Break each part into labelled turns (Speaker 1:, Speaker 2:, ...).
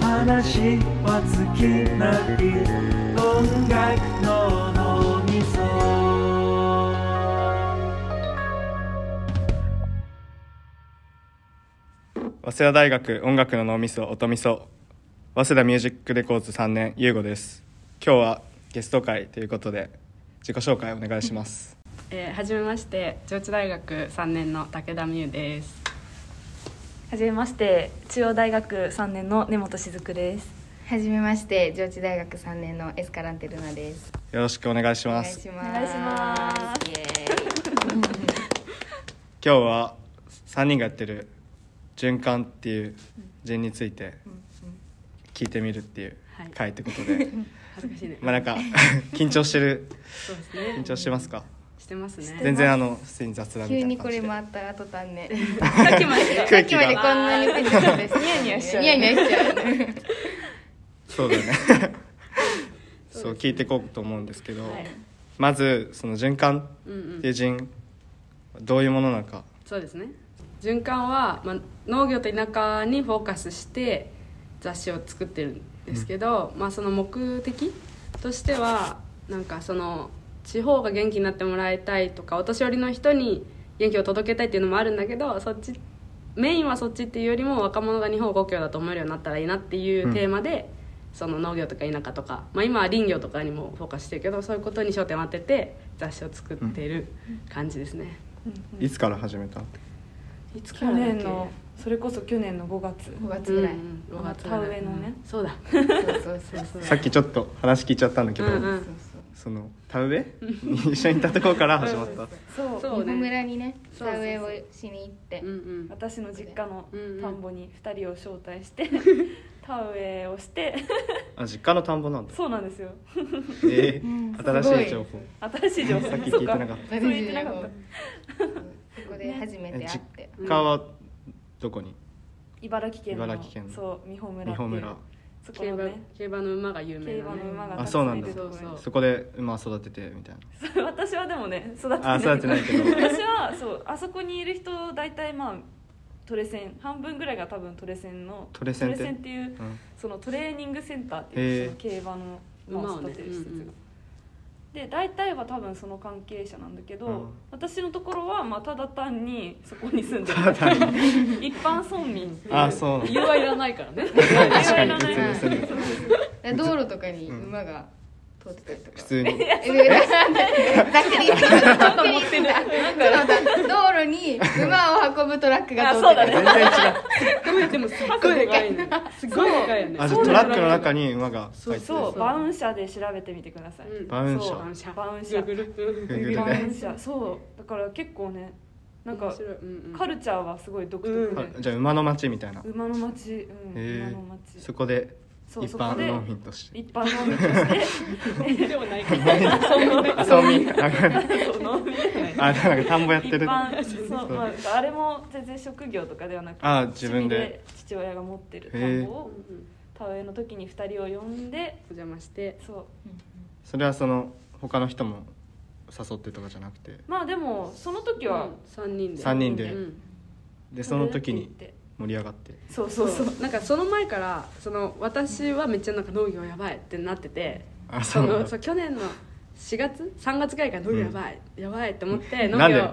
Speaker 1: 話は尽きない音楽の脳みそ
Speaker 2: 早稲田大学音楽の脳みそ音みそ早稲田ミュージックレコーズ3年優吾です今日はゲスト会ということで自己紹介お願いします
Speaker 3: えー、はじめまして上智大学3年の武田美優です
Speaker 4: はじめまして中央大学三年の根本雫です
Speaker 5: はじめまして、上智大学3年のエスカランテルナです。
Speaker 2: よろしくお願いし
Speaker 5: お
Speaker 2: ま
Speaker 5: 願い
Speaker 2: す
Speaker 5: し
Speaker 2: 今
Speaker 5: ます。
Speaker 4: お願いします
Speaker 5: イエ
Speaker 2: 日は3人がやってる循環っていう順について聞いてみるっていう
Speaker 3: はい
Speaker 2: 会ってことで、
Speaker 3: 恥ずかしいね、
Speaker 2: まあなんか緊張してる
Speaker 3: そうです
Speaker 2: 緊
Speaker 3: ね
Speaker 2: 張してますか
Speaker 3: してますね
Speaker 2: 全然あの普通に雑談
Speaker 5: ーイ
Speaker 2: みたいな感じで
Speaker 5: 急にこれ回った後たんね。
Speaker 3: さっきまで
Speaker 5: さ
Speaker 2: 空
Speaker 5: っ
Speaker 2: 気
Speaker 5: きまでこん
Speaker 2: が
Speaker 5: なにペチャペチャニヤニ
Speaker 4: ヤしちゃう
Speaker 5: ニヤニヤしちゃうね。
Speaker 2: そうだよねそう聞いていこうと思うんですけど、
Speaker 3: はい
Speaker 2: まずその循環
Speaker 3: うんう
Speaker 2: っ
Speaker 3: ん
Speaker 2: ていう人どういうものなのか
Speaker 3: そうですね循環は、まあ、農業と田舎にフォーカスして雑誌を作ってるんですけど、まあ、その目的としてはなんかその地方が元気になってもらいたいとかお年寄りの人に元気を届けたいっていうのもあるんだけどそっちメインはそっちっていうよりも若者が日本を故郷だと思えるようになったらいいなっていうテーマで、その農業とか田舎とか、まあ、今は林業とかにもフォーカスしてるけどそういうことに焦点を当てて雑誌を作ってる感じですね。
Speaker 2: いつから始めた
Speaker 3: いつか
Speaker 4: 去
Speaker 3: らだっけ
Speaker 4: 年のそれこそ去年の5月
Speaker 5: 5月ぐらい。
Speaker 3: うんうん
Speaker 4: まあ
Speaker 3: 5月ぐらい
Speaker 4: 田植えのね
Speaker 3: そう だ
Speaker 5: そうそうそうそう。
Speaker 2: さっきちょっと話聞いちゃったんだけど、
Speaker 3: うんうん
Speaker 5: そう
Speaker 2: その田植え一緒にいたところから始まった
Speaker 4: そう
Speaker 3: そ
Speaker 5: そう
Speaker 3: ね
Speaker 5: う。日本村にね、
Speaker 3: そうそうそう
Speaker 5: 田植えをしに行って
Speaker 3: うんう。ん
Speaker 4: 私の実家の
Speaker 3: うんうん
Speaker 4: 田んぼに2人を招待して 田植えをして
Speaker 2: あ実家の田んぼなんだ
Speaker 4: そうなんですよ
Speaker 2: えー
Speaker 5: うん
Speaker 2: 新し
Speaker 5: すご
Speaker 2: い
Speaker 5: い
Speaker 2: 情報
Speaker 4: 新しい情報
Speaker 2: さっき聞いてなかった
Speaker 4: そうそう言ってなかった
Speaker 5: そうそこで初めて
Speaker 2: え
Speaker 5: 会っ
Speaker 2: 実
Speaker 5: て。
Speaker 2: 家はどこに、
Speaker 4: 茨城県の
Speaker 2: 茨城県の
Speaker 4: そう美穂村
Speaker 2: 美
Speaker 4: ってい
Speaker 2: 穂
Speaker 4: う
Speaker 2: 村
Speaker 4: そこ
Speaker 3: 競
Speaker 4: の
Speaker 3: 馬
Speaker 4: ね
Speaker 3: 競馬の馬が有
Speaker 4: 競
Speaker 3: 名な
Speaker 4: 馬
Speaker 3: ね
Speaker 4: の馬が
Speaker 2: あそうなんだ
Speaker 4: たくさいいるところに
Speaker 3: そう
Speaker 2: そこで馬育ててみたいな
Speaker 4: 私はでもね育てて
Speaker 2: あ育てないけど
Speaker 4: 私はそうあそこにいる人大体まあトレセン半分ぐらいが多分トレセンの
Speaker 2: トレセンって
Speaker 4: っていう
Speaker 2: うん
Speaker 4: そのトレーニングセンターって
Speaker 2: へ
Speaker 4: い
Speaker 2: え
Speaker 4: うその競馬の馬
Speaker 3: 馬を
Speaker 4: を
Speaker 3: ね
Speaker 4: 育てる施設
Speaker 3: うんう
Speaker 4: が
Speaker 3: ん。
Speaker 4: で大体は多分その関係者なんだけど、
Speaker 2: うん
Speaker 4: 私のところはまあただ単にそこに住んで
Speaker 2: た
Speaker 4: る
Speaker 2: だ
Speaker 4: 一般村民っていう
Speaker 2: あそうなんだ
Speaker 3: 理由はいらないからね
Speaker 2: 確かに
Speaker 4: いろいろ
Speaker 2: 別
Speaker 4: ね
Speaker 2: にそれ
Speaker 5: で道路とかに馬が通ってたりとか。
Speaker 2: 普通に
Speaker 5: えざっくり言ってたざっくり言ってたそうだ道路に馬を運ぶトラックが通ってた
Speaker 4: あそうだね
Speaker 2: 全然違う
Speaker 3: でもすっごいでかいねすっごいでかいよね
Speaker 2: あじゃあトラックの中に馬が
Speaker 3: そ
Speaker 2: 入
Speaker 3: う
Speaker 2: ってる
Speaker 4: そう
Speaker 3: そう
Speaker 4: バウン社で調べてみてください、
Speaker 3: うん
Speaker 2: バウン社
Speaker 4: そう
Speaker 3: バウンシャ
Speaker 4: バウンシャ
Speaker 3: グループ
Speaker 2: グーグル
Speaker 4: バウ
Speaker 2: で
Speaker 4: ン社そうだから結構ねなん
Speaker 3: 面
Speaker 4: か
Speaker 3: 白いうんうん
Speaker 4: カルチャーはすごい独特
Speaker 2: あ
Speaker 4: で、
Speaker 2: じゃあ馬の町みたいな
Speaker 4: 馬の町、うん、
Speaker 2: へ
Speaker 4: 馬
Speaker 2: え
Speaker 4: の町
Speaker 2: そこで
Speaker 4: そう
Speaker 2: 一
Speaker 4: そ
Speaker 2: 般
Speaker 4: こで
Speaker 2: 農民として
Speaker 4: 一 般農民として
Speaker 3: でもないから
Speaker 2: あそうみあ
Speaker 4: そう農民
Speaker 2: あなんか田んぼやって
Speaker 4: 一
Speaker 2: る
Speaker 4: 般そう、まあ、あれも全然職業とかではなく
Speaker 2: あ自分で
Speaker 4: 趣味父親が持ってる田んぼ
Speaker 3: う
Speaker 4: を
Speaker 3: んうん
Speaker 4: 田植えの時に2人を呼んで
Speaker 3: お邪魔して
Speaker 4: そう
Speaker 2: それはその他の人も誘ってとかじゃなくて
Speaker 4: まあでもその時は
Speaker 3: 三人で
Speaker 2: 三人で
Speaker 3: うん
Speaker 2: でその時に
Speaker 4: 食べるって
Speaker 2: 盛り上がって
Speaker 4: 言ってそう
Speaker 3: そ
Speaker 4: そうう
Speaker 3: そ
Speaker 4: そ
Speaker 3: ううなんかその前からその私はめっちゃなんか農業やばいってなってて
Speaker 2: あ
Speaker 3: そ
Speaker 2: そうなん
Speaker 3: のそ
Speaker 2: だ
Speaker 3: う去年の4月3月ぐらいから農業やばい、やばいって思って農
Speaker 2: なんで
Speaker 3: 業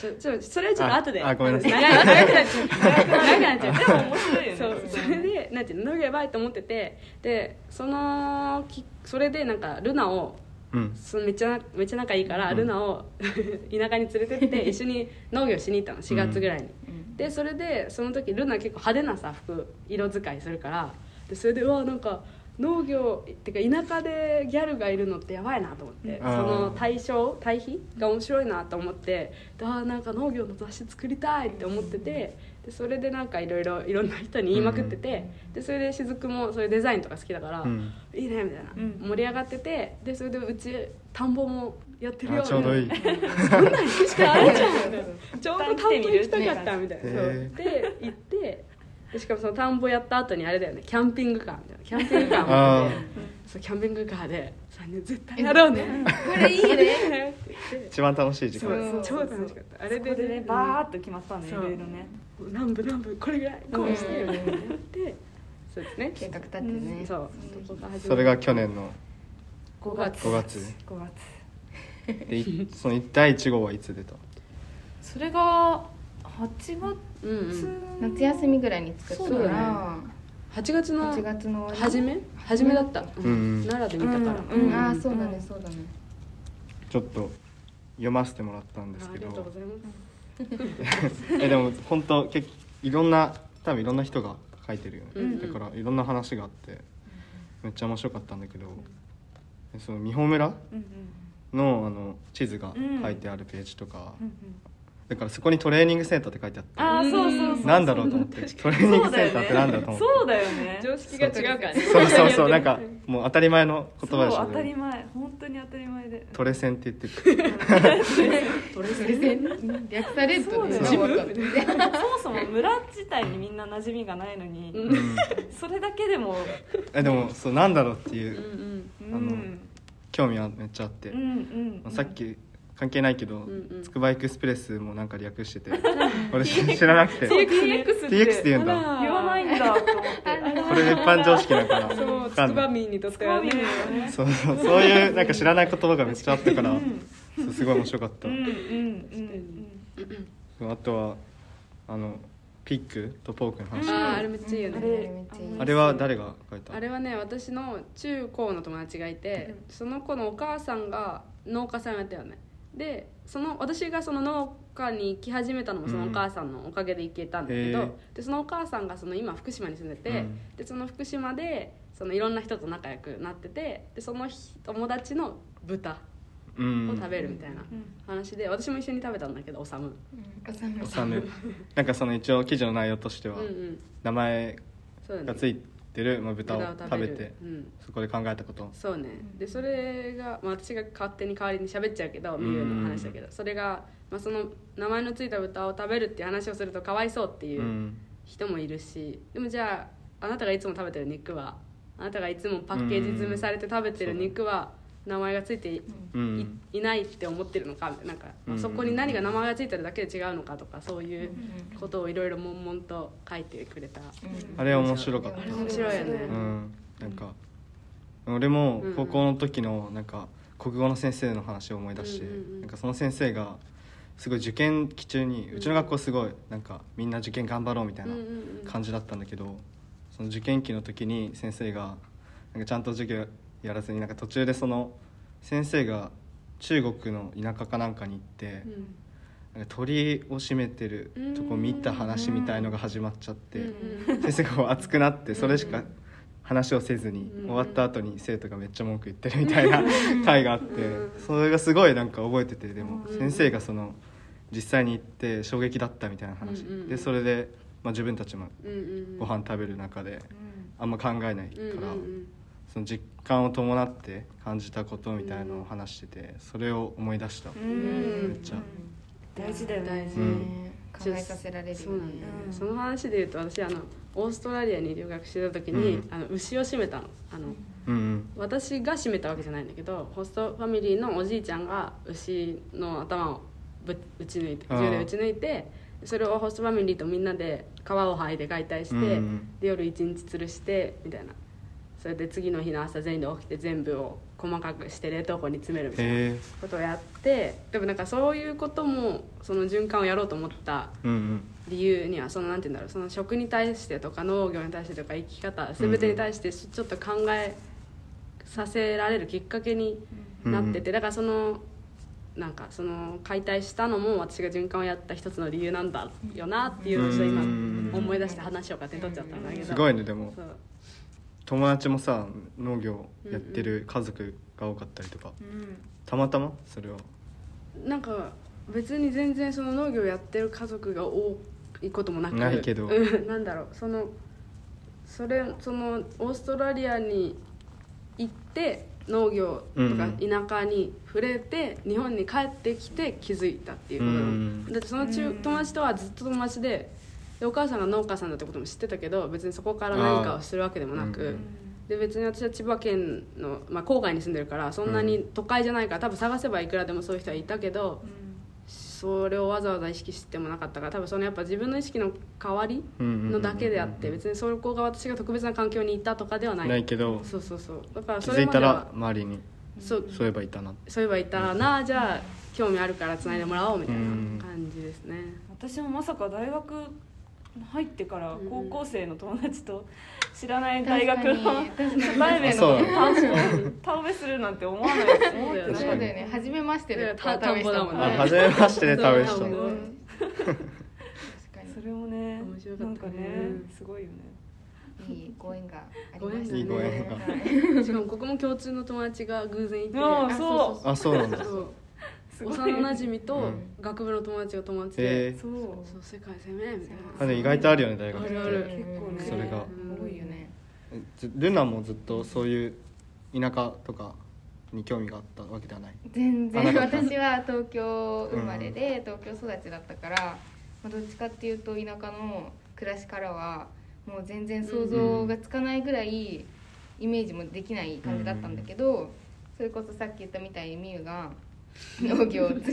Speaker 3: ちょちょそれはちょっと後で
Speaker 2: ああごめんなさい
Speaker 3: 長く長くなっちゃう長くなっちゃう
Speaker 4: でも面白いよね
Speaker 3: そうそれでなんていうの農業やばいと思っててでそのきそれでなんかルナを
Speaker 2: うん
Speaker 3: そのめっちゃめっちゃ仲いいから、
Speaker 2: うん
Speaker 3: ルナを 田舎に連れて って一緒に農業しに行ったの4月ぐらいに、でそれでその時ルナ結構派手なさ服色使いするからでそれでうわなんか農業ってか田舎でギャルがいるのってやばいなと思っ
Speaker 2: うん
Speaker 3: て、そ
Speaker 2: あ
Speaker 3: の
Speaker 2: ー
Speaker 3: 対象対比が面白いなと思ってであーなんか農業の雑誌作りたいって思っててでそれでなんかいろいろいろんな人に言いまくってて、でそれで雫もそういうデザインとか好きだから、
Speaker 2: うん
Speaker 3: いいねみたいな、
Speaker 4: うん
Speaker 3: 盛り上がっててでそれでうち田んぼもやってるよ
Speaker 2: あちょうどいい
Speaker 3: みたな そんなん行くしかないじゃんみたい なちょうど田んぼ行き
Speaker 4: 一旦来てみ
Speaker 3: た
Speaker 4: る
Speaker 3: かったみたいな、
Speaker 2: へ
Speaker 3: そうで行ってでしかもその田んぼやった後にあれだよねキャンピングカーみたいなキャンピングカー
Speaker 2: あ
Speaker 3: 持っててそうキャンピングカーで3人絶対やろうね
Speaker 5: これいい
Speaker 3: ねっ
Speaker 5: ね
Speaker 3: て言って
Speaker 2: 一番楽しい時
Speaker 3: そ
Speaker 2: 間
Speaker 3: う
Speaker 5: そう
Speaker 3: 超楽しかったあ
Speaker 4: あ
Speaker 3: れ
Speaker 4: れ
Speaker 3: で
Speaker 4: で
Speaker 3: ね
Speaker 4: ねバーッと決まったねい
Speaker 3: そう
Speaker 4: ろいろね
Speaker 3: 何部何部これぐらいこうして
Speaker 5: うん
Speaker 3: みたいなやってそうですね
Speaker 5: 計画立ってるね、
Speaker 3: そうそこ始ま
Speaker 2: それが去年の
Speaker 4: 5月
Speaker 2: 5月
Speaker 4: 5月
Speaker 2: でいその第1号はいつ出た
Speaker 4: それが8
Speaker 3: うんう
Speaker 4: 月、
Speaker 3: ん
Speaker 5: 夏休みぐらいに作った
Speaker 3: そう
Speaker 5: か
Speaker 3: だ
Speaker 5: ら、
Speaker 3: 8月の
Speaker 5: 8月の終わ
Speaker 3: 初
Speaker 5: り
Speaker 3: め初めだったうん
Speaker 2: うん
Speaker 3: 奈良で見たから
Speaker 4: うん
Speaker 5: うんああそうだね、
Speaker 4: うん
Speaker 5: そうだね
Speaker 2: ちょっと読ませてもらったんです
Speaker 3: あ
Speaker 2: け
Speaker 3: り
Speaker 2: ど
Speaker 3: がとうございま
Speaker 2: えでも本当結いろんな多分いろんな人が書いてるよね、
Speaker 3: うんうん
Speaker 2: だからいろんな話があってめっちゃ面白かったんだけど、でその美穂村
Speaker 4: うん
Speaker 2: のあの地図が
Speaker 4: うん
Speaker 2: 書いてあるページとか、
Speaker 4: うんうん
Speaker 2: だからそこにトレーニングセンターって書いてあ
Speaker 4: ああそうそう
Speaker 2: っ
Speaker 4: そ
Speaker 2: て
Speaker 4: う
Speaker 2: なんだろうと思って トレーニングセンターってなんだと思って
Speaker 4: そうだよね
Speaker 3: す常識が違うからね
Speaker 2: そうそうそうなんかもう当たり前の
Speaker 4: そう
Speaker 2: 言葉でしょ
Speaker 4: 当たり前本当に当たり前で
Speaker 2: トレセンって言ってる
Speaker 3: トレセ
Speaker 5: プレゼン略されるとね
Speaker 4: そうだよ
Speaker 5: わかんない
Speaker 4: そもそも村自体にみんな馴染みがないのに、
Speaker 3: うん
Speaker 2: うん
Speaker 4: それだけでも
Speaker 2: えでもそうなんだろうって
Speaker 3: う
Speaker 2: い
Speaker 3: ん
Speaker 2: う
Speaker 3: う
Speaker 2: ん
Speaker 4: う
Speaker 2: あの
Speaker 4: ん
Speaker 2: 興味はめっちゃあって、
Speaker 4: うんうん
Speaker 2: まあさっき関係ないけど、
Speaker 3: んうん
Speaker 2: つくばエクスプレスもなんか略して て俺知らなくて
Speaker 4: TX
Speaker 2: TX っ
Speaker 4: って
Speaker 2: て言うん
Speaker 3: あら
Speaker 2: だ
Speaker 4: 言わないんだと思って
Speaker 2: これ一般常識だから
Speaker 3: そう
Speaker 2: わ
Speaker 3: つ
Speaker 2: か
Speaker 3: く
Speaker 2: ん
Speaker 3: ば
Speaker 2: ない
Speaker 3: みんにとっ
Speaker 4: スコ
Speaker 3: て
Speaker 4: ー
Speaker 3: は
Speaker 4: ビ
Speaker 3: ね
Speaker 4: ーだよね
Speaker 2: そうそうそういうなんか知らない言葉がめっちゃあったからそうすごい面白かった
Speaker 4: うんうんうん
Speaker 2: あとはあのピックとポークの話、
Speaker 4: うん
Speaker 3: あああれめっちゃいいよ
Speaker 4: うん
Speaker 5: あ
Speaker 3: ね
Speaker 5: れめっちゃいい
Speaker 2: あれは誰が書いた
Speaker 3: あれはね私の中高の友達がいて、その子のお母さんが農家さんやったよねでその私がその農家に行き始めたのもそのお母さんのおかげで行けたんだけど、
Speaker 2: うんへ
Speaker 3: でそのお母さんがその今福島に住んでて、
Speaker 2: うん
Speaker 3: でその福島でそのいろんな人と仲良くなっててでその日友達の豚
Speaker 2: う
Speaker 3: を
Speaker 2: ん
Speaker 3: 食べるみたいな
Speaker 4: うん
Speaker 3: 話で、私も一緒に食べたんだけどおさむ、
Speaker 5: おさむ
Speaker 2: おさむなんかその一応記事の内容として
Speaker 3: うん
Speaker 2: は、
Speaker 3: うん
Speaker 2: 名前
Speaker 3: そうだね
Speaker 2: がついてる、まあ、豚を食べ
Speaker 3: る
Speaker 2: て
Speaker 3: うん
Speaker 2: そこで考えたこと
Speaker 3: そうねでそれが、まあ、私が勝手に代わりに喋っちゃうけど
Speaker 2: うん
Speaker 3: ミルの話だけどそれが、まあ、その名前のついた豚を食べるっていう話をするとかわいそうっていううん人もいるし、でもじゃああなたがいつも食べてる肉はあなたがいつもパッケージ詰めされて食べてる肉は名前がついてい,い、
Speaker 2: うん
Speaker 3: いないって思ってるのかみたいななんか、まあ
Speaker 2: うん
Speaker 3: そこに何が名前がついてるだけで違うのかとかそういう
Speaker 5: うん
Speaker 3: ことをいろいろ悶々と書いてくれた。
Speaker 5: うん
Speaker 2: あれは面白かっ
Speaker 5: あれ
Speaker 2: た
Speaker 3: 面白いよね
Speaker 2: うんなんか俺も高校の時のなんか国語の先生の話を思い出して、
Speaker 3: うんうんうん
Speaker 2: なんかその先生がすごい受験期中にうちの学校すごいなんかみんな受験頑張ろうみたいな
Speaker 3: うんうんうん
Speaker 2: 感じだったんだけどその受験期の時に先生がなんかちゃんと授業やらずになんか途中でその先生が中国の田舎かなんかに行って、
Speaker 3: うん
Speaker 2: なんか鳥を閉めてるとこ見た話みたいのが始まっちゃって。
Speaker 3: うんうん
Speaker 2: 先生がこう熱くなってそれしか話をせずに
Speaker 3: う
Speaker 2: 終
Speaker 3: ん
Speaker 2: わった後に生徒がめっちゃ文句言ってるみたいな 回があって
Speaker 3: うん
Speaker 2: それがすごいなんか覚えててでも
Speaker 3: うん
Speaker 2: 先生がその実際に行って衝撃だったみたいな話
Speaker 3: うんうんうん
Speaker 2: でそれでまあ自分たちも
Speaker 3: うんうんうん
Speaker 2: ご飯食べる中であんま考えないか
Speaker 3: うんうん
Speaker 2: ら
Speaker 3: うん
Speaker 2: その実感を伴って感じたことみたいのを話しててそれを思い出した
Speaker 4: う
Speaker 5: うん
Speaker 4: ん
Speaker 2: めっちゃ
Speaker 4: 大事だよね
Speaker 3: 大事
Speaker 2: うん
Speaker 5: ね考えさせられる
Speaker 3: そうなんだよね、
Speaker 4: うん
Speaker 3: その話で言うと私あのオーストラリアに留学してた時
Speaker 2: う
Speaker 3: に、
Speaker 2: ん
Speaker 3: あの牛を閉めたのあの
Speaker 2: うんうん
Speaker 3: 私が閉めたわけじゃないんだけどホストファミリーのおじいちゃんが牛の頭をぶ打ち抜いて
Speaker 2: あー
Speaker 3: 銃で打ち抜いてそれをホストファミリーとみんなで皮を剥いで解体して、
Speaker 2: うんうん
Speaker 3: で夜一日吊るしてみたいなそれで次の日の朝全員で起きて全部を細かくして冷凍庫に詰めるみたいな
Speaker 2: へえ
Speaker 3: ことをやってでもなんかそういうこともその循環をやろうと思った
Speaker 2: うんうん
Speaker 3: 理由にはそのなんて言うんだろうその食に対してとか農業に対してとか生き方全てに対してちょっと考えさせられるきっかけになってて、だからそのなんかその解体したのも私が循環をやった一つの理由なんだよなっていうのをちょっと今
Speaker 2: うん
Speaker 3: 思い出して話を勝手に取っちゃったんだけど
Speaker 2: すごいねでも
Speaker 3: そう
Speaker 2: 友達もさ農業やってる家族が多かったりとか、たまたまそれは
Speaker 3: なんか別に全然その農業やってる家族が多いこともなく
Speaker 2: ないけど
Speaker 3: うんなんだろうそのそれそのオーストラリアに行って農業とか
Speaker 2: う
Speaker 3: 田舎に触れて、日本に帰ってきて気づいたっていうことなの、
Speaker 2: うん
Speaker 3: だってその中友達とはずっと友達ででお母さんが農家さんだってことも知ってたけど別にそこから何かをするわけでもなく、
Speaker 2: あーうん
Speaker 3: で別に私は千葉県の、まあ、郊外に住んでるからそんなに都会じゃないから多分探せばいくらでもそういう人はいたけど、それをわざわざ意識してもなかったから多分そのやっぱ自分の意識の変わり
Speaker 2: うんうんうんうんうん
Speaker 3: のだけであって別にそこが私が特別な環境にいたとかではない
Speaker 2: ないけど
Speaker 3: そうそうそうだから
Speaker 2: 気
Speaker 3: そ
Speaker 2: づ
Speaker 3: れ
Speaker 2: い
Speaker 3: まで
Speaker 2: た
Speaker 3: は
Speaker 2: ら周りに
Speaker 3: そう
Speaker 2: そういえばいたな
Speaker 3: そういえばいたなじゃあ興味あるからつないでもらおうみたいな感じですね、
Speaker 4: 私もまさか大学入ってから高校生の友達と知らない大学
Speaker 5: 確か
Speaker 4: の
Speaker 5: に確かに
Speaker 4: 初対面
Speaker 2: あそ
Speaker 4: の
Speaker 2: うな
Speaker 4: 短所を倒べするなんて思わないです思って
Speaker 5: そ
Speaker 4: な
Speaker 5: うだ
Speaker 4: か
Speaker 5: よ
Speaker 4: っ
Speaker 5: ね初めましてで
Speaker 3: た田んぼだもんね
Speaker 2: あ初めましてで食べ
Speaker 3: そ
Speaker 2: 人
Speaker 3: う
Speaker 5: うん
Speaker 3: うん
Speaker 5: 確
Speaker 4: たそれもね
Speaker 3: 面白か
Speaker 4: な
Speaker 3: っ
Speaker 4: ん
Speaker 3: た
Speaker 4: か
Speaker 3: ね
Speaker 4: ねすごいよね
Speaker 5: かにいいご縁がありました
Speaker 3: いいご
Speaker 2: 縁が
Speaker 3: しかもここも共通の友達が偶然いて
Speaker 4: あ
Speaker 5: あ
Speaker 4: そう
Speaker 5: そう
Speaker 2: あそうなんだ
Speaker 3: そう
Speaker 4: すごい
Speaker 3: 幼なじみ
Speaker 2: う
Speaker 3: と
Speaker 2: ん
Speaker 3: 学部の友達が友達で、
Speaker 2: えー
Speaker 4: そう
Speaker 3: そう世界攻めみたい
Speaker 2: あ
Speaker 3: な
Speaker 2: でも意外とあるよね大学っ
Speaker 3: あ
Speaker 2: て
Speaker 3: るある
Speaker 4: 結構ね
Speaker 2: それが
Speaker 5: 多いよね
Speaker 2: えずルナもずっとそういう田舎とかに興味があったわけではない
Speaker 5: 全然
Speaker 2: あなかった
Speaker 5: 私は東京生まれで東京育ちだったから、まあ、どっちかっていうと田舎の暮らしからはもう全然想像がつかないぐらいイメージもできない感じだったんだけど、それこそさっき言ったみたいにみゆが農業を連れてっ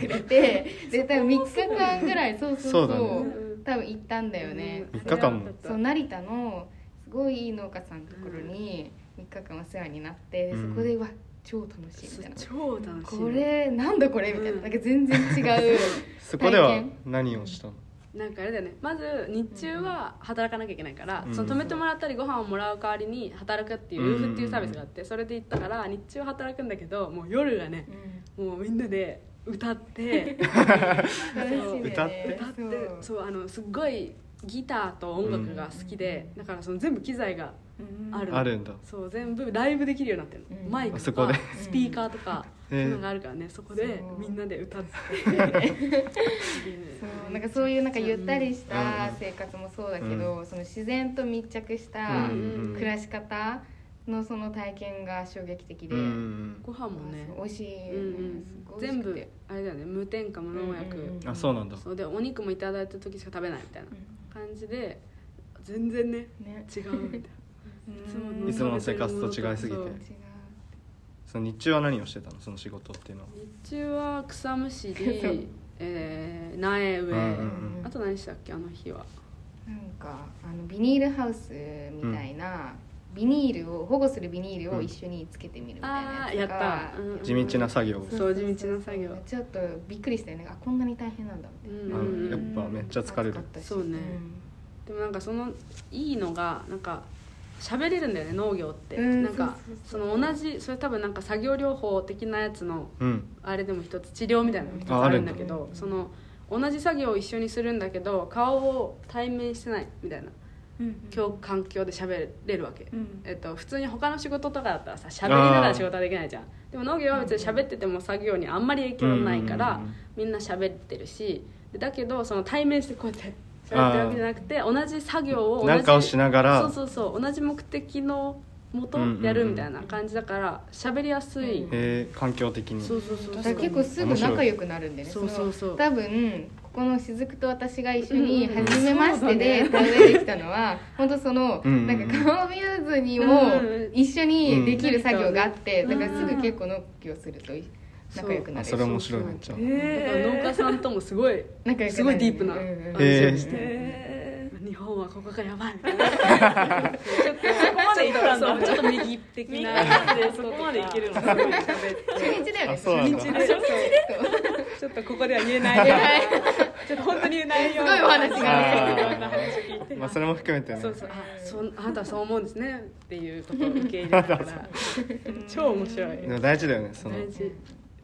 Speaker 5: てくれてで多分3日間ぐらいそうそうそう
Speaker 2: そうだね
Speaker 5: 多分行ったんだよね。
Speaker 2: 三日間も
Speaker 5: そう成田のすごいいい農家さんのところに3日間お世話になって、
Speaker 2: うん
Speaker 5: そこでうわ超楽しいみたいな
Speaker 3: 超楽しい
Speaker 5: これなんだこれみたいな
Speaker 3: うん
Speaker 5: なんか全然違う
Speaker 2: そこでは
Speaker 5: 体験
Speaker 2: 何をしたの
Speaker 3: なんかあれだよねまず日中は働かなきゃいけないから、
Speaker 2: うん
Speaker 3: その止めてもらったりご飯をもらう代わりに働くっていう
Speaker 2: うん
Speaker 3: ルーフっていうサービスがあってそれで行ったから日中は働くんだけどもう夜がねもうみんなで歌って
Speaker 5: 楽しいんだよね
Speaker 2: 歌って
Speaker 3: 歌ってそうあのすっごいギターと音楽が好きで、だからその全部機材が
Speaker 4: うん
Speaker 3: ある
Speaker 2: あるんだ
Speaker 3: そう全部ライブできるようになってるの、
Speaker 5: うん
Speaker 3: マイク
Speaker 2: あそ
Speaker 3: と
Speaker 2: こ
Speaker 3: か
Speaker 2: で
Speaker 3: スピーカーとか、
Speaker 2: う
Speaker 3: そ
Speaker 2: ん
Speaker 3: ういうのがあるからねそこで
Speaker 5: そう
Speaker 3: みんなで歌って
Speaker 5: そうなんかそういうなんかゆったりし
Speaker 2: う
Speaker 5: た
Speaker 2: ん
Speaker 5: 生活もそうだけど、その自然と密着した
Speaker 2: うんうんうん
Speaker 5: 暮らし方のその体験が衝撃的で、
Speaker 2: うん
Speaker 3: ご飯もね
Speaker 5: そう美味しいよね、
Speaker 3: うん
Speaker 5: す
Speaker 3: う
Speaker 5: ご
Speaker 3: ん、
Speaker 5: い美
Speaker 3: 全
Speaker 5: 味しく
Speaker 3: 部
Speaker 5: て
Speaker 3: あれだよね無添加無農薬、
Speaker 5: うんうん
Speaker 2: あそうなんだ
Speaker 3: そうでお肉もいただいた時しか食べないみたいな
Speaker 5: うん
Speaker 3: 感じで全然ね
Speaker 5: ね
Speaker 3: 違うみたいな
Speaker 4: うん
Speaker 2: いつもの生活と違いすぎて
Speaker 3: そう
Speaker 5: 違う
Speaker 2: その日中は何をしてたのその仕事っていうのは
Speaker 3: 日中は草むし
Speaker 5: そう
Speaker 3: り、えー苗植え、
Speaker 2: うんうん
Speaker 5: うん
Speaker 3: あと何したっけあの日は
Speaker 5: なんかあのビニールハウスみたいな、ビニールを保護するビニールを一緒につけてみるみたい
Speaker 3: あ
Speaker 5: な
Speaker 3: ーや
Speaker 5: や
Speaker 3: っ
Speaker 5: つが、
Speaker 3: た、うんう
Speaker 2: 地
Speaker 3: ん
Speaker 2: 道な作業を
Speaker 3: そう地道な作業
Speaker 5: ちょっとびっくりしたよねあこんなに大変なんだみたい
Speaker 3: うん
Speaker 2: あ
Speaker 3: う
Speaker 2: の
Speaker 3: んう
Speaker 2: やっ
Speaker 3: ん
Speaker 2: ぱめっちゃ疲れ
Speaker 5: 暑か
Speaker 2: る
Speaker 5: ったし
Speaker 3: そうねでもなんかそのいいのがなんか喋れるんだよね農業って、
Speaker 5: うん
Speaker 3: なんかそ
Speaker 5: そうそうそう
Speaker 3: の同じそれ多分なんか作業療法的なやつの
Speaker 2: うん
Speaker 3: あれでも一つ治療みたいなのも一つ
Speaker 2: あ
Speaker 3: あるんだ
Speaker 2: あ
Speaker 3: け
Speaker 2: るんだ
Speaker 3: どその同じ作業を一緒にするんだけど顔を対面してないみたいな今日環境で喋れるわけ、
Speaker 4: うん
Speaker 3: えっと、普通に他の仕事とかだったらさ喋りながら仕事はできないじゃんでも農業は別に喋ってても作業にあんまり影響ないか
Speaker 2: う
Speaker 3: ら、
Speaker 2: んうんうんうん
Speaker 3: みんな喋ってるしでだけどその対面してこうやって喋ってるわけじゃなくて同じ作業を同じ
Speaker 2: なんかをしながら
Speaker 3: そうそうそう同じ目的のもと
Speaker 2: うんうんうん
Speaker 3: やるみたいな感じだから喋りやすい、
Speaker 5: うん
Speaker 2: えー環境的に
Speaker 3: そうそうそう
Speaker 5: だから結構すぐ仲良くなるんでね
Speaker 3: 面白い
Speaker 5: の
Speaker 3: そうそうそう
Speaker 5: 多分ここの雫と私が一緒
Speaker 3: う
Speaker 5: に
Speaker 3: んうん
Speaker 5: 初めましてで対面できたのは 本当その
Speaker 2: うんうん
Speaker 5: なんか顔を見ずに
Speaker 3: う
Speaker 5: も
Speaker 3: ん
Speaker 5: 一緒にできる作業があって
Speaker 4: う
Speaker 5: だ
Speaker 4: ん
Speaker 5: からすぐ結構農業すると仲良くな
Speaker 2: あ
Speaker 5: る
Speaker 2: それ面白いめっちゃ
Speaker 3: だから農家さんともすごい
Speaker 5: 仲良くなる
Speaker 3: すごいディープな
Speaker 5: うんうん
Speaker 3: 話を
Speaker 2: へ
Speaker 3: して、
Speaker 4: え
Speaker 3: 日本はここがやばいみたいなちょっと
Speaker 4: そこまで行ったんだ
Speaker 3: そうちょっと右的
Speaker 4: みん
Speaker 3: な
Speaker 4: なでそこまでい けるのすごい
Speaker 5: 初日だよね
Speaker 2: あそうなんだ
Speaker 5: 初日でそう
Speaker 3: ちょっとここでは言えないようなちょっと本当に言えないような
Speaker 5: すごいお話
Speaker 2: あ
Speaker 5: が
Speaker 2: ー
Speaker 3: いろんな話聞いて
Speaker 2: まあそれも含めてね
Speaker 3: そうそうあそんあなたはそう思うんですねっていうところを受け入れながら 超面白い
Speaker 2: でも大事だよねその
Speaker 3: 大事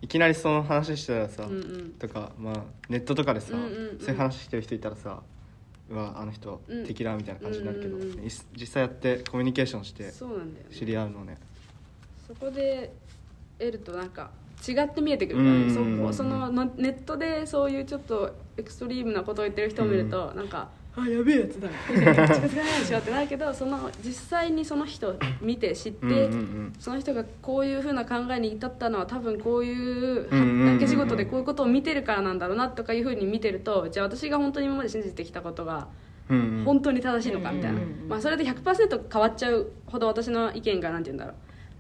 Speaker 2: いきなりその話してたらさ
Speaker 3: うんうん
Speaker 2: とかまあネットとかでさ
Speaker 3: うんうんうん
Speaker 2: そういう話してる人いたらさうわあの人
Speaker 3: うん
Speaker 2: 敵だみたいな感じになるけど
Speaker 3: うんうんうん
Speaker 2: いす実際やってコミュニケーションして
Speaker 3: そうなんだよね
Speaker 2: 知り合うのね
Speaker 3: そこで得るとなんか違って見えてくるからね、
Speaker 2: うん
Speaker 3: そこそののネットでそういうちょっとエクストリームなことを言ってる人を見ると、なんか「あやべえやつ だ」近づかないでしょってなるけどその実際にその人を見て知って、
Speaker 2: うんうんうん
Speaker 3: その人がこういうふうな考えに至ったのは多分こうい
Speaker 2: うんう
Speaker 3: う
Speaker 2: んうんうん
Speaker 3: 畑仕事でこういうことを見てるからなんだろうなとかいうふうに見てるとじゃあ私が本当に今まで信じてきたことが
Speaker 2: うんうん
Speaker 3: 本当に正しいのかみたいな、
Speaker 5: うんうんうん
Speaker 3: まあ、それで100%変わっちゃうほど私の意見がなんて言うんだろ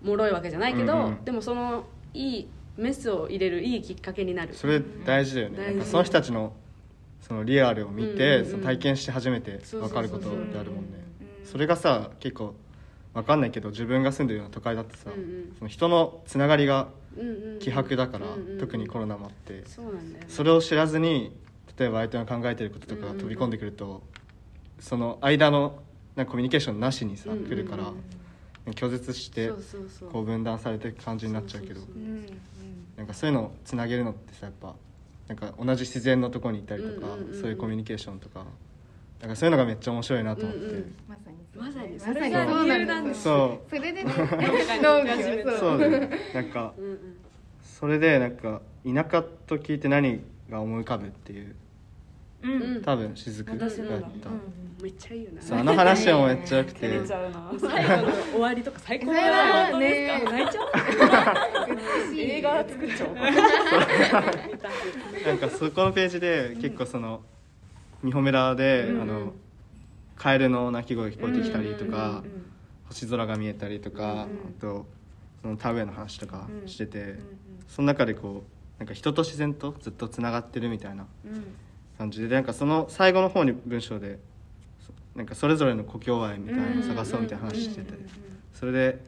Speaker 3: う脆いわけじゃないけど、
Speaker 2: うんうん
Speaker 3: でもそのいいメスを入れるいいきっかけになる
Speaker 2: それ大事だよね、
Speaker 3: 大
Speaker 2: なん
Speaker 3: 事
Speaker 2: かその人たちのそのリアルを見
Speaker 3: うんうん
Speaker 2: て、
Speaker 3: うん
Speaker 2: その体験して初めて分かることってあるもんね
Speaker 4: うん
Speaker 2: それがさ結構分かんないけど自分が住んでるような都会だってさ、
Speaker 3: うんうん
Speaker 2: その人のつながりが
Speaker 3: うんうんうん
Speaker 2: 希薄だから、
Speaker 3: うんうん
Speaker 2: 特にコロナもあって、
Speaker 3: そうなんだよね
Speaker 2: それを知らずに例えば相手の考えてることとかが飛び込んでくると、その間のなんかコミュニケーションなしにさ、
Speaker 3: うんうんうん
Speaker 2: 来るから拒絶して
Speaker 3: そうそうそう
Speaker 2: こう分断されていく感じになっちゃうけど
Speaker 3: そうそう
Speaker 4: うん
Speaker 2: なんかそういうのをつなげるのってさやっぱなんか同じ自然のとこにいたりとか、
Speaker 3: うんうんうんうん
Speaker 2: そういうコミュニケーションとかなんかそういうのがめっちゃ面白いなと思って、
Speaker 3: うんうん
Speaker 5: まさに
Speaker 3: まさに
Speaker 5: そ
Speaker 3: そ
Speaker 5: れ
Speaker 3: れ
Speaker 5: が
Speaker 3: が
Speaker 5: そう
Speaker 3: 理由
Speaker 5: な
Speaker 3: なん
Speaker 5: んで
Speaker 3: ですす
Speaker 5: よ
Speaker 2: そ
Speaker 5: それで ね
Speaker 3: かに
Speaker 5: 農業
Speaker 2: う
Speaker 5: そ
Speaker 2: そううだよねなんか
Speaker 3: うんうん
Speaker 2: それでなんか田舎と聞いて何が思い浮かぶっていう
Speaker 4: うんうん
Speaker 2: 多分雫が言った、
Speaker 3: 私のだめっちゃいいよな
Speaker 2: そうあの話はめっちゃよくて
Speaker 4: 照れちゃうな
Speaker 3: 最後の終わりとか最高だ
Speaker 5: 最後
Speaker 3: な
Speaker 5: だ
Speaker 3: 本当
Speaker 5: ね
Speaker 3: ですか泣いちゃう
Speaker 5: 美しい
Speaker 4: 映画作っちゃおう
Speaker 3: 見た
Speaker 2: なんかそこのページで結構その日本メラで、
Speaker 4: うん
Speaker 2: あのカエルの鳴き声が聞こえてきたりとか、
Speaker 4: うんうん
Speaker 2: 星空が見えたりとか、
Speaker 5: うん
Speaker 2: あとその田植えの話とか
Speaker 4: うん
Speaker 2: してて、
Speaker 4: う
Speaker 2: その中でこうなんか人と自然とずっとつながってるみたいなん
Speaker 4: うんうん
Speaker 2: 感じでなんかその最後の方に文章でそなんかそれぞれの故郷愛みたいなのを探そうみたいな話してて、それで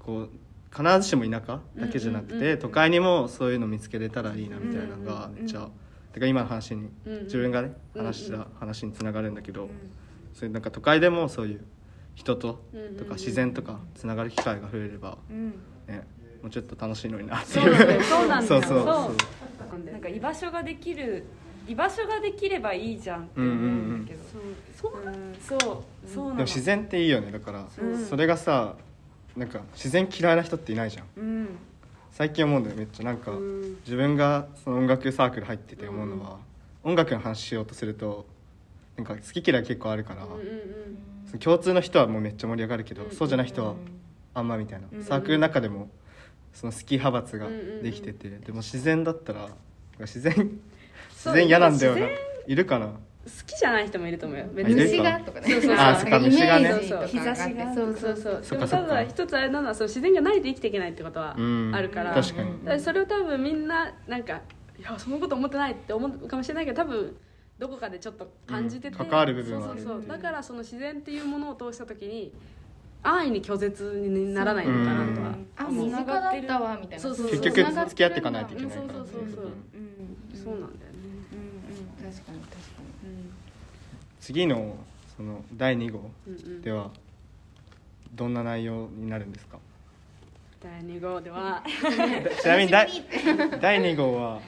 Speaker 2: こう必ずしも田舎だけじゃなくて、
Speaker 3: うんうんうん
Speaker 2: 都会にもそういうの見つけれたらいいなみたいなのがめっちゃ、てか今の話に、
Speaker 3: うんうん
Speaker 2: 自分がね話した話につながるんだけど、そういうなんか都会でもそういう人と
Speaker 3: うんうんうん
Speaker 2: とか自然とかつながる機会が増えれば、
Speaker 4: うん
Speaker 2: ね、もうちょっと楽しいのになって
Speaker 3: そ
Speaker 2: いうう。
Speaker 3: そうなんだ
Speaker 2: そ
Speaker 3: よ
Speaker 2: うそう
Speaker 4: そう
Speaker 3: そう
Speaker 4: なんか居場所ができる居場所ができればいいじゃんって思うんだけど
Speaker 3: そうそう
Speaker 4: うんそうそう
Speaker 2: で
Speaker 4: な
Speaker 2: も
Speaker 4: の
Speaker 2: 自然っていいよねだから、
Speaker 4: うん
Speaker 2: それがさなんか自然嫌いな人っていないじゃん
Speaker 4: うん
Speaker 2: 最近思うんだよめっちゃなんか、
Speaker 3: うん
Speaker 2: 自分がその音楽サークル入ってて思うのは、音楽の話しようとするとなんか好き嫌い結構あるから、
Speaker 3: うんうん
Speaker 2: その共通の人はもうめっちゃ盛り上がるけど、
Speaker 3: うん
Speaker 2: そうじゃない人はあんまみたいな、サークルの中でもその好き派閥ができてて、でも自然だったらなんか自然
Speaker 3: そ
Speaker 2: 自
Speaker 3: う
Speaker 2: 然嫌なんだよ
Speaker 3: 自
Speaker 2: な
Speaker 3: 然
Speaker 2: いるかな
Speaker 3: 好きじゃない人もいると思うよ別
Speaker 2: あいる
Speaker 5: 虫がとかね
Speaker 3: そうそう
Speaker 2: あそっか虫がね
Speaker 5: イメージとかって
Speaker 4: 日差しが
Speaker 5: そうそ
Speaker 3: そう
Speaker 5: うそ
Speaker 3: そうう
Speaker 2: そ
Speaker 3: で
Speaker 2: っ
Speaker 3: も
Speaker 2: かそ
Speaker 3: た
Speaker 2: っか
Speaker 3: だ一つあれなのはその自然がないと生きていけないってことは
Speaker 2: うん
Speaker 3: あるから,、
Speaker 2: 確かに
Speaker 3: それを多分みんななんかいやそのこと思ってないって思うかもしれないけど多分どこかでちょっと感じてて、
Speaker 2: うん関わる部分はあ
Speaker 3: そう
Speaker 2: る
Speaker 3: そうそうだからその自然っていうものを通した時に安易に拒絶にならないのかなとは
Speaker 5: あ
Speaker 4: も
Speaker 5: 身
Speaker 4: う
Speaker 5: 近だったわみたいな
Speaker 3: そうそうそう
Speaker 2: 結
Speaker 5: つ
Speaker 2: 局
Speaker 5: なが
Speaker 2: 付き合っていかないといけないから
Speaker 3: うんそうそうそうそう
Speaker 4: うんうん
Speaker 3: そうなんだよね
Speaker 5: 確かに確か
Speaker 2: 次のその第2号
Speaker 3: うんうん
Speaker 2: ではどんな内容になるんですか
Speaker 3: 第2号では
Speaker 2: ちなみに第第2号は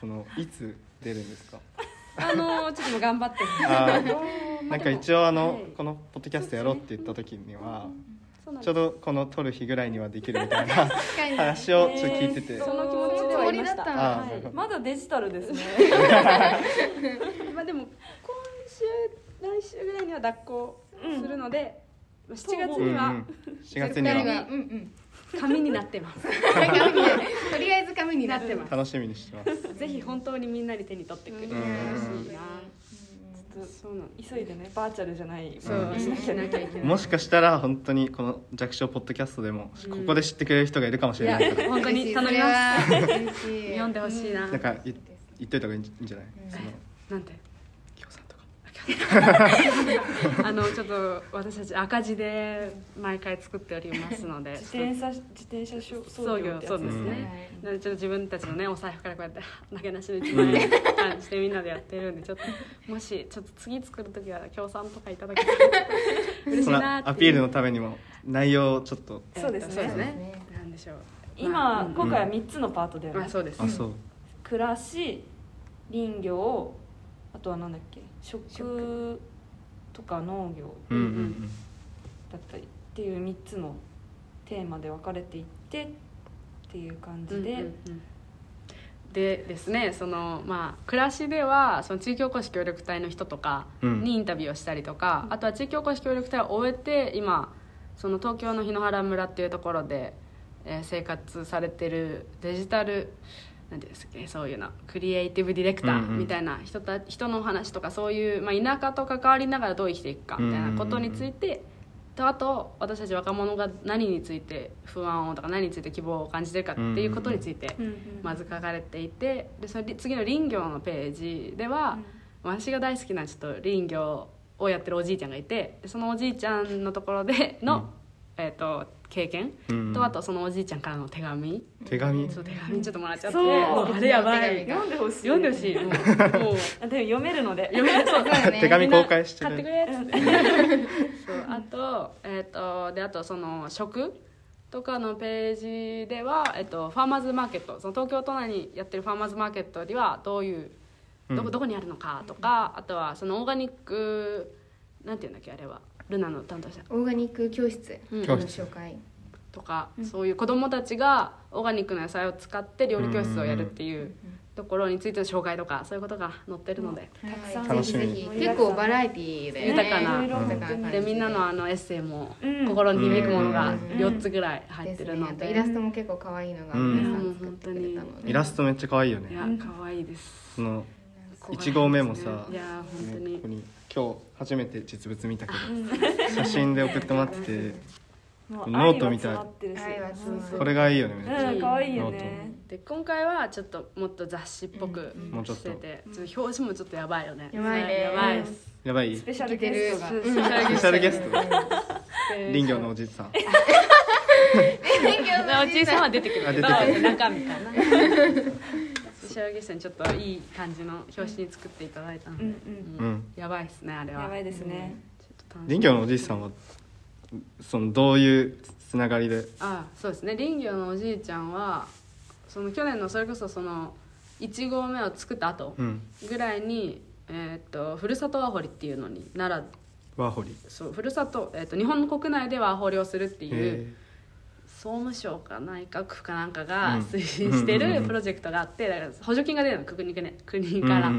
Speaker 2: そのいつ出るん ですか
Speaker 3: あのちょっともう頑張って
Speaker 2: あーな
Speaker 3: な
Speaker 2: んか一応あの、
Speaker 3: はい
Speaker 2: このポッドキャストやろうって言った時には
Speaker 3: そうなん
Speaker 2: ちょ
Speaker 3: だ
Speaker 2: うどこの撮る日ぐらいにはできるみたいな
Speaker 5: に
Speaker 2: 話をちょっと聞いてて、
Speaker 4: えー
Speaker 3: その気持ちではいました
Speaker 5: そう
Speaker 2: あ
Speaker 3: は
Speaker 2: ーないるほど
Speaker 4: まだデジタルですね
Speaker 3: まあでも今週来週ぐらいには脱行するので、まあ7月
Speaker 2: うんう
Speaker 3: には
Speaker 2: ん、7月には
Speaker 5: うんうん
Speaker 3: 紙になってます
Speaker 5: とりあえず紙に
Speaker 3: な
Speaker 5: な
Speaker 3: っ
Speaker 5: ってて
Speaker 3: ま
Speaker 5: ます
Speaker 2: 楽しみにしてます
Speaker 3: ぜひ本当にみんなに手に取ってくれて
Speaker 5: うん
Speaker 3: ほしいなそうなの
Speaker 4: 急いでねバーチャルじゃない
Speaker 3: そう
Speaker 4: し
Speaker 3: し
Speaker 4: な
Speaker 3: な
Speaker 4: き
Speaker 3: き
Speaker 4: ゃ
Speaker 3: ゃ
Speaker 4: ね
Speaker 3: いけない
Speaker 2: もしかしたら本当にこの弱小ポッドキャストでもここで知ってくれる人がいるかもし
Speaker 3: い
Speaker 2: れ
Speaker 3: や
Speaker 2: ないから、
Speaker 3: 本当に頼みます
Speaker 5: す嬉しい
Speaker 3: 読んでほしいな、
Speaker 2: なん か言言っといた方がいいんじいいんじゃない、その
Speaker 3: なんて
Speaker 2: きょうさんとか
Speaker 3: あのちょっと私たち赤字で毎回作っておりますので
Speaker 4: 自転車自転車しょ
Speaker 3: 創
Speaker 4: 操業
Speaker 3: 業
Speaker 4: って
Speaker 3: そ
Speaker 4: や
Speaker 3: う
Speaker 4: つ
Speaker 3: です
Speaker 2: うん
Speaker 3: ね、なのでちょっと自分たちのねお財布からこうやって 投げなしの1万円感じてみんなでやってるんでちょっともしちょっと次作る時は協賛とかいた だけたら嬉しい
Speaker 2: そ
Speaker 3: な
Speaker 2: の
Speaker 3: って
Speaker 2: アピールのためにも内容をちょっと
Speaker 4: そうですね
Speaker 3: そうですねなんでしょうまあ
Speaker 4: 今今回は3つのパートだよ
Speaker 3: まあ
Speaker 4: ね
Speaker 3: そうです
Speaker 2: あそう
Speaker 4: 暮らし林業あとはなんだっけ食とか農業
Speaker 2: うんうん
Speaker 4: だったりっていう3つのテーマで分かれていってっていう感
Speaker 3: うんう
Speaker 4: じ
Speaker 3: んう
Speaker 4: で
Speaker 3: んでですねそのまあ暮らしではその地域おこし協力隊の人とか
Speaker 2: うん
Speaker 3: にインタビューをしたりとか、あとは地域おこし協力隊を終えて今その東京の檜原村っていうところで、えー生活されてるデジタルなんていうんですかねそういうのクリエイティブディレクタ
Speaker 2: うん
Speaker 3: ー
Speaker 2: うん
Speaker 3: みたいな人た、人のお話とかそういう、まあ、田舎と関わりながらどう生きていくかみたいなことについてとあと私たち若者が何について不安をとか何について希望を感じてるかっていうことについて
Speaker 4: うんうん
Speaker 3: まず書かれていてでそれ次の林業のページでは、私が大好きなちょっと林業をやってるおじいちゃんがいてでそのおじいちゃんのところでの、
Speaker 2: うん
Speaker 3: えー、と経験、
Speaker 2: うん
Speaker 3: とあとそのおじいちゃんからの手紙、
Speaker 2: 手紙
Speaker 3: そう手紙ちょっともらっちゃって
Speaker 4: そう
Speaker 3: もうあれやば
Speaker 5: 手
Speaker 3: い
Speaker 5: 紙が
Speaker 4: 読んでほしい
Speaker 3: 読んでほしいもうもう
Speaker 4: あでも読めるので
Speaker 3: 読めそう
Speaker 5: そうね
Speaker 2: 手紙公開して
Speaker 3: 買ってく
Speaker 2: る
Speaker 3: れっつってそうあと,、えっとであとその食とかのページでは、えっとファーマーズマーケットその東京都内にやってるファーマーズマーケットにはどういうど
Speaker 2: うん
Speaker 3: こどこにあるのかとか、あとはそのオーガニックなんていうんだっけあれはルナの担当者
Speaker 5: オーガニック教室
Speaker 3: うん
Speaker 5: の紹介
Speaker 3: とか、そういう子どもたちがオーガニックの野菜を使って料理教室をやるっていうところについての紹介とかそういうことが載ってるので、
Speaker 5: はい
Speaker 4: たくさん
Speaker 5: ぜひぜひ
Speaker 4: 楽しみに
Speaker 5: 結構バラエティーで、ね、
Speaker 3: 豊かな
Speaker 5: 豊かな感じ
Speaker 3: でみんなのあのエッセイも
Speaker 4: うん
Speaker 3: 心に響くものが
Speaker 5: うん
Speaker 3: 4つぐらい入
Speaker 5: で
Speaker 3: っ
Speaker 5: す
Speaker 3: て
Speaker 5: ね
Speaker 3: るの
Speaker 5: あ
Speaker 3: で、
Speaker 5: とイラストも結構可愛いのが皆さん作ってくれたので、
Speaker 2: イラストめっちゃ可愛いよね
Speaker 3: いや可愛いです
Speaker 2: その1号目もさ
Speaker 3: いや本当
Speaker 2: ねここ
Speaker 3: に
Speaker 2: に今日初めて実物見たけ ど写真で送ってもらってて
Speaker 4: もう
Speaker 2: ノートみたい
Speaker 4: 愛は詰まってるし
Speaker 5: 愛は詰まってる
Speaker 2: これがいいよねめっちゃ
Speaker 4: うん可愛いよね
Speaker 3: で今回はちょっともっと雑誌っぽく
Speaker 5: うん
Speaker 2: もうちょっと
Speaker 3: してて、ちょっと表紙もちょっとやばいよね
Speaker 5: やばいね
Speaker 3: やばいです
Speaker 2: やばい
Speaker 4: スペシャルゲストが
Speaker 5: うん
Speaker 3: スペシャル
Speaker 2: スペシャルゲスト
Speaker 3: で
Speaker 2: 林業のおじさん
Speaker 5: 勉強
Speaker 3: おじいさんは出てくるけど
Speaker 2: あ出てくる
Speaker 3: 中身かなスペシャルゲストにちょっといい感じの表紙に作っていただいたので、
Speaker 4: うん
Speaker 2: うん
Speaker 3: やばいですねあれは
Speaker 4: やばいですね
Speaker 3: ちょっと楽しみ
Speaker 2: 林業のおじいさんはそのどういうつながりで
Speaker 3: あそうですね林業のおじいちゃんはその去年のそれこそその1合目を作った後
Speaker 2: うん
Speaker 3: ぐらいに、えー、とふるさとワーホリっていうのに奈良
Speaker 2: ワーホリ
Speaker 3: そうふるさと、えー、と日本の国内でワーホリをするってい
Speaker 2: へ
Speaker 3: う総務省か内閣府かなんかが
Speaker 2: うん
Speaker 3: 推進して
Speaker 2: うんうんう
Speaker 3: る
Speaker 2: ん
Speaker 3: プロジェクトがあってだから補助金が出るの国国,、ね、国
Speaker 2: え
Speaker 3: から、
Speaker 2: うんう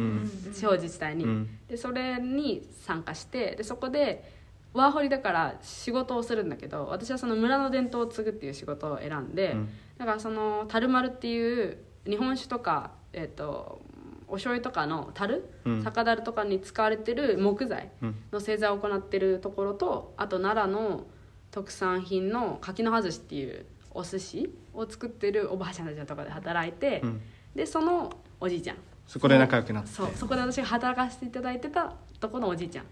Speaker 2: ん
Speaker 3: 地方自治体に、
Speaker 2: うん
Speaker 3: でそれに参加してでそこでワーホリだから仕事をするんだけど私はその村の伝統を継ぐっていう仕事を選んで、
Speaker 2: うん
Speaker 3: だからその樽丸っていう日本酒とか、えっとお醤油とかの樽、
Speaker 2: うん
Speaker 3: 酒樽とかに使われてる木材
Speaker 2: うん
Speaker 3: の製材を行ってるところとあと奈良の特産品の柿の葉寿司っていうお寿司を作ってるおばあちゃんたちのところで働いて、
Speaker 2: うん
Speaker 3: でそのおじいちゃん
Speaker 2: そこで仲良くなって
Speaker 3: そうそこで私が働かせていただいてたとこのおじいちゃん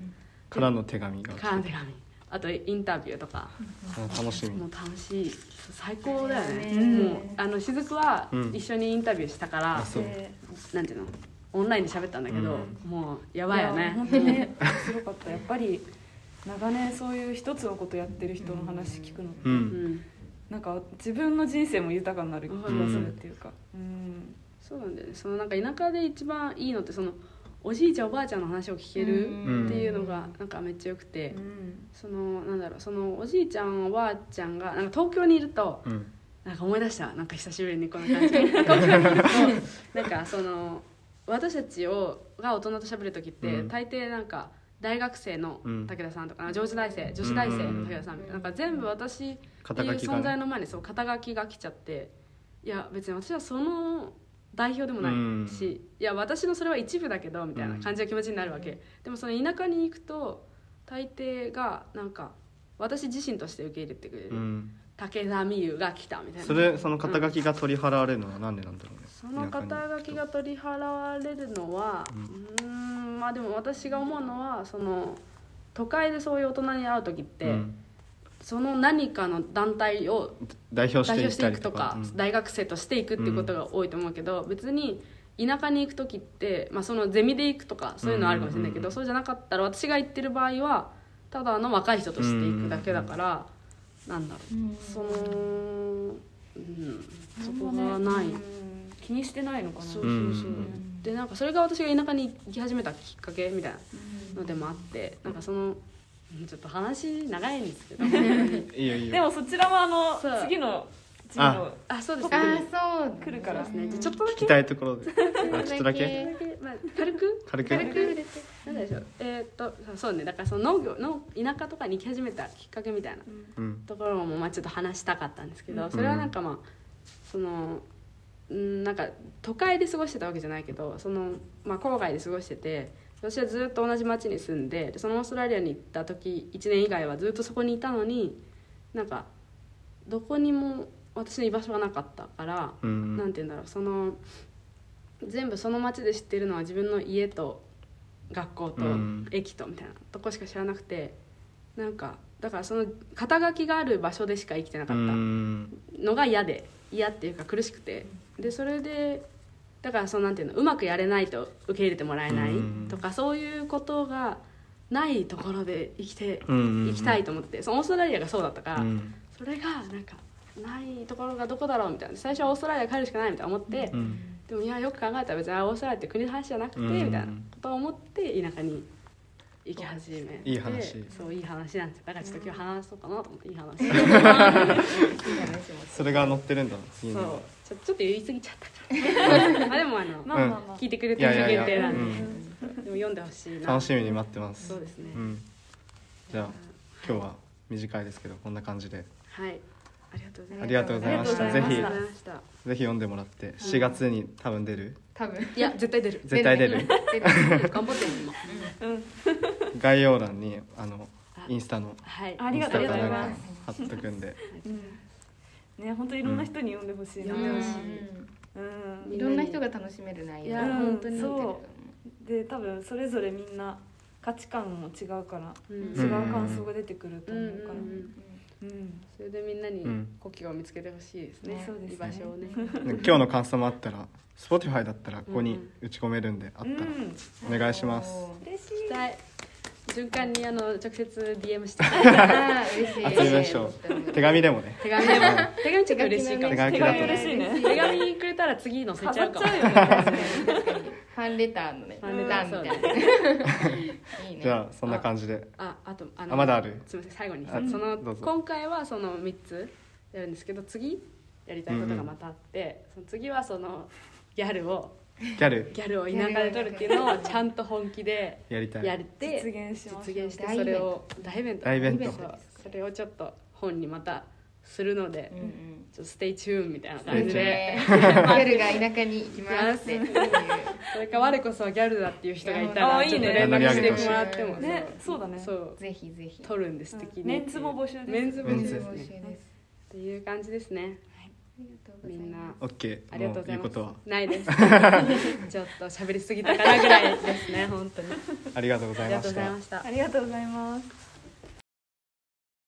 Speaker 2: からの手紙が
Speaker 3: からの手紙あとインタビューとか
Speaker 2: あ楽し
Speaker 3: も
Speaker 2: み
Speaker 3: う楽しい最高だよね
Speaker 5: うん
Speaker 3: もうあの雫は
Speaker 2: うん
Speaker 3: 一緒にインタビューしたから、
Speaker 2: あそう
Speaker 4: で
Speaker 3: なんていうのオンラインで喋ったんだけど、
Speaker 2: う
Speaker 3: もうやばいよ
Speaker 4: や
Speaker 3: ね
Speaker 4: 本当に面白かったやっぱり長年そういう一つのことやってる人の話聞くのって、
Speaker 2: う
Speaker 3: うんん
Speaker 4: なんか自分の人生も豊かになる気がするっていうか、うん
Speaker 3: そうなんだよねそのなんか田舎で一番いいのってそのおじいちゃんおばあちゃんの話を聞ける
Speaker 2: うん
Speaker 3: っていうのがなんかめっちゃよくて、
Speaker 4: うん
Speaker 3: そのなんだろうそのおじいちゃんおばあちゃんがなんか東京にいると、
Speaker 2: うん
Speaker 3: なんか思い出したなんか久しぶりにこんな感じ東京にいると なんかその私たちをが大人と喋る時って、
Speaker 2: うん
Speaker 3: 大抵なんか大学生の
Speaker 2: うん
Speaker 3: 武田さんとか、上智大生女子大生の武田さん、なんか全部私って
Speaker 2: 肩
Speaker 3: いう
Speaker 2: 書きが
Speaker 3: 存在
Speaker 2: ね
Speaker 3: の前にそう肩書きが来ちゃっていや別に私はその代表でもな
Speaker 2: うん
Speaker 3: いし、いや私のそれは一部だけどみたいな感じの気持ちになるわけ、でもその田舎に行くと大抵がなんか私自身として受け入れてくれる、
Speaker 2: うん
Speaker 3: 武田美優が来たみたいな
Speaker 2: それその肩書きが取り払われるのはなんでなんだろうね
Speaker 3: その肩書きが取り払われるのは
Speaker 2: う
Speaker 3: うーんまあでも私が思うのはその都会でそういう大人に会う時って、
Speaker 2: うん
Speaker 3: その何かの団体を
Speaker 2: 代表し
Speaker 3: 代
Speaker 2: てい
Speaker 3: 表
Speaker 2: っ
Speaker 3: して
Speaker 2: た
Speaker 3: い
Speaker 2: り
Speaker 3: くと
Speaker 2: とか
Speaker 3: か、大学生としていくっていうことが多いと思うけど、別に田舎に行く時って、まあ、そのゼミで行くとかそういうのはあるかもしれないけ
Speaker 2: うんう
Speaker 3: ど、
Speaker 2: んうん
Speaker 3: そうじゃなかったら私が行ってる場合はただの若い人としていくだけだから、なんだろうその、うん、そこがない。
Speaker 4: うん気にしてないのかな
Speaker 3: そう
Speaker 2: う
Speaker 3: そ
Speaker 2: ん
Speaker 3: うそう、でなんかそれが私が田舎に行き始めたきっかけみたいなのでもあってなんかそのうんちょっと話長いんですけど
Speaker 2: いいよいい
Speaker 4: で
Speaker 2: よ
Speaker 4: もそちらもあの
Speaker 3: そう
Speaker 4: 次の次
Speaker 2: あ
Speaker 4: の
Speaker 3: あそうですね
Speaker 5: ああそう
Speaker 4: 来るから
Speaker 3: そうですねじゃあちょっとだ
Speaker 2: 聞き
Speaker 3: け
Speaker 2: たいところであちょっとだけ
Speaker 3: だけまあ、軽く
Speaker 2: 軽く
Speaker 3: 軽くなんだでしょうえーっとそうねだからその農業の田舎とかに行き始めたきっかけみたいな
Speaker 2: うん
Speaker 3: ところもまあちょっと話したかったんですけどそれはなんかまあそのうんなんか都会で過ごしてたわけじゃないけどその、まあ、郊外で過ごしてて私はずっと同じ町に住んででそのオーストラリアに行った時1年以外はずっとそこにいたのになんかどこにも私の居場所がなかったから、
Speaker 2: うん
Speaker 3: なんて言うんだろうその全部その町で知ってるのは自分の家と学校と
Speaker 2: うん
Speaker 3: 駅とみたいなとこしか知らなくてなんかだからその肩書きがある場所でしか生きてなか
Speaker 2: う
Speaker 3: った。
Speaker 2: ん
Speaker 3: のが嫌で嫌っていうか苦しくてでそれでだからそうなんていうのうまくやれないと受け入れてもらえない
Speaker 2: うん
Speaker 3: とかそういうことがないところで生きて
Speaker 2: うんうんうん
Speaker 3: いきたいと思ってそのオーストラリアがそうだったから、
Speaker 2: うん
Speaker 3: それがなんかないところがどこだろうみたいな最初はオーストラリア帰るしかないみたいな思って、
Speaker 2: うん
Speaker 3: でもいやよく考えたら別にあオーストラリアって国の話じゃなくて
Speaker 2: う
Speaker 3: み
Speaker 2: ん
Speaker 3: たいなことを思って田舎に行き始めて
Speaker 2: いい話
Speaker 3: そういい話なんですよだからちょっと今日話そうかなと思っていい話。
Speaker 5: いい話も
Speaker 2: それが載ってるんだ次に
Speaker 3: そうちょちょっと言い過ぎちゃっ たからあでもあの、
Speaker 4: まあまあまあ、
Speaker 3: 聞いてくれ
Speaker 2: い
Speaker 3: て
Speaker 2: や
Speaker 3: る
Speaker 2: い
Speaker 3: 人
Speaker 2: やい
Speaker 3: 限
Speaker 2: や
Speaker 3: 定なんで
Speaker 2: う
Speaker 3: でも読んでほしいな
Speaker 2: 楽しみに待ってます
Speaker 3: そうですね、
Speaker 2: うんじゃあ今日は短いですけどこんな感じで
Speaker 3: はいありがとうござい
Speaker 2: あ
Speaker 3: ま
Speaker 2: りがとうございました
Speaker 4: あ
Speaker 2: ぜ
Speaker 4: り
Speaker 2: ひ
Speaker 4: が
Speaker 2: ぜひ
Speaker 4: とうござい
Speaker 3: した
Speaker 2: 読んでもらって7月に多分出る
Speaker 5: 多分
Speaker 3: いや絶 対出る
Speaker 2: 絶対出る
Speaker 5: 出る
Speaker 3: 頑張ってる今
Speaker 2: 概要欄にあの
Speaker 3: あ
Speaker 2: インスタの
Speaker 3: はい
Speaker 4: あ
Speaker 2: イ
Speaker 4: り
Speaker 2: ン
Speaker 4: が
Speaker 2: ス
Speaker 4: と
Speaker 2: タ
Speaker 4: う
Speaker 2: か
Speaker 4: ござい
Speaker 2: なん
Speaker 4: ま
Speaker 2: か
Speaker 4: す
Speaker 2: 貼っとくんで
Speaker 4: うんね本当いろんな人に読んでほしいな、
Speaker 3: う
Speaker 4: うんん
Speaker 5: う
Speaker 3: うん
Speaker 5: んいろんな人が楽しめる内容
Speaker 3: いや
Speaker 5: 本当に
Speaker 4: うん
Speaker 5: 見てると思
Speaker 4: そうで多分それぞれみんな価値観も違うから、
Speaker 3: うん
Speaker 4: 違う感想が出てくると
Speaker 3: う
Speaker 4: 思
Speaker 3: ん
Speaker 4: うから、
Speaker 3: うんうん
Speaker 4: うん
Speaker 3: それでみんなに
Speaker 2: うん
Speaker 3: 故郷を見つけてほしいです
Speaker 4: ね
Speaker 3: ね
Speaker 4: そうですね
Speaker 3: 居場所をね
Speaker 2: 今日の感想もあったら Spotify だったらここに打ち込めるんであっ
Speaker 4: うん
Speaker 2: たらお願いします
Speaker 4: 嬉しい
Speaker 3: 絶対循環にあの直接 DM して
Speaker 5: あー嬉しい
Speaker 2: 集めましょう手紙でもね
Speaker 3: 手紙でも手紙ちょっと嬉しいかも
Speaker 2: 手書きだと
Speaker 4: 手紙嬉しいね
Speaker 3: 手紙くれたら次のせち
Speaker 4: 飾
Speaker 3: ゃ
Speaker 4: っ
Speaker 3: う
Speaker 4: ち
Speaker 3: かも
Speaker 4: ゃうよね
Speaker 5: ファンレターのね
Speaker 3: ファンレター
Speaker 5: 欄みたいないいね
Speaker 2: じゃあそんな感じで
Speaker 3: ああとあ
Speaker 2: あまだある
Speaker 3: すみません最後に
Speaker 2: あ
Speaker 3: その
Speaker 2: どうぞ
Speaker 3: 今回はその3つやるんですけど次やりたいことがまたあって、その次はそのギャルを
Speaker 2: ギャル
Speaker 3: ギャルを田舎で撮るっていうのをちゃんと本気で
Speaker 2: やりた
Speaker 3: や
Speaker 2: い
Speaker 3: って
Speaker 4: 実現しまし
Speaker 3: 実
Speaker 4: ょう
Speaker 3: 現してそれを大イベント
Speaker 2: 大イベント
Speaker 3: そうそれをちょっと本にまたするので、
Speaker 5: うんうん
Speaker 3: ちょっとステイチューンみたいな
Speaker 5: そう
Speaker 3: 感
Speaker 5: で
Speaker 3: じ
Speaker 5: す
Speaker 3: で、
Speaker 5: ね 夜が田舎に行きますって
Speaker 3: 行それか我こそはギャルだっていう人がいた
Speaker 4: あ
Speaker 3: ら
Speaker 4: ー
Speaker 3: ちょっと
Speaker 4: いいね
Speaker 3: 連絡してもらっても
Speaker 4: ねそうだね
Speaker 3: そう
Speaker 5: ぜひぜひ
Speaker 3: 撮るんです
Speaker 4: うん
Speaker 3: 的に
Speaker 4: メンツも募集です
Speaker 3: メンツも募集で
Speaker 5: 募集
Speaker 3: す
Speaker 5: です
Speaker 3: ね
Speaker 5: あ
Speaker 3: っていう感じですね
Speaker 5: りがとうございます
Speaker 3: みんな
Speaker 2: OK
Speaker 3: ありがと
Speaker 2: もう
Speaker 3: うござ
Speaker 2: い
Speaker 3: い
Speaker 2: い
Speaker 3: ます
Speaker 2: ことは
Speaker 3: ないです ちょっと喋りすぎたからぐらいですね本当に
Speaker 2: ありがとうござ
Speaker 3: あ
Speaker 2: い
Speaker 3: りが
Speaker 2: ま
Speaker 3: とう
Speaker 2: し
Speaker 3: ござい
Speaker 2: た
Speaker 3: ました
Speaker 4: ありがとうございます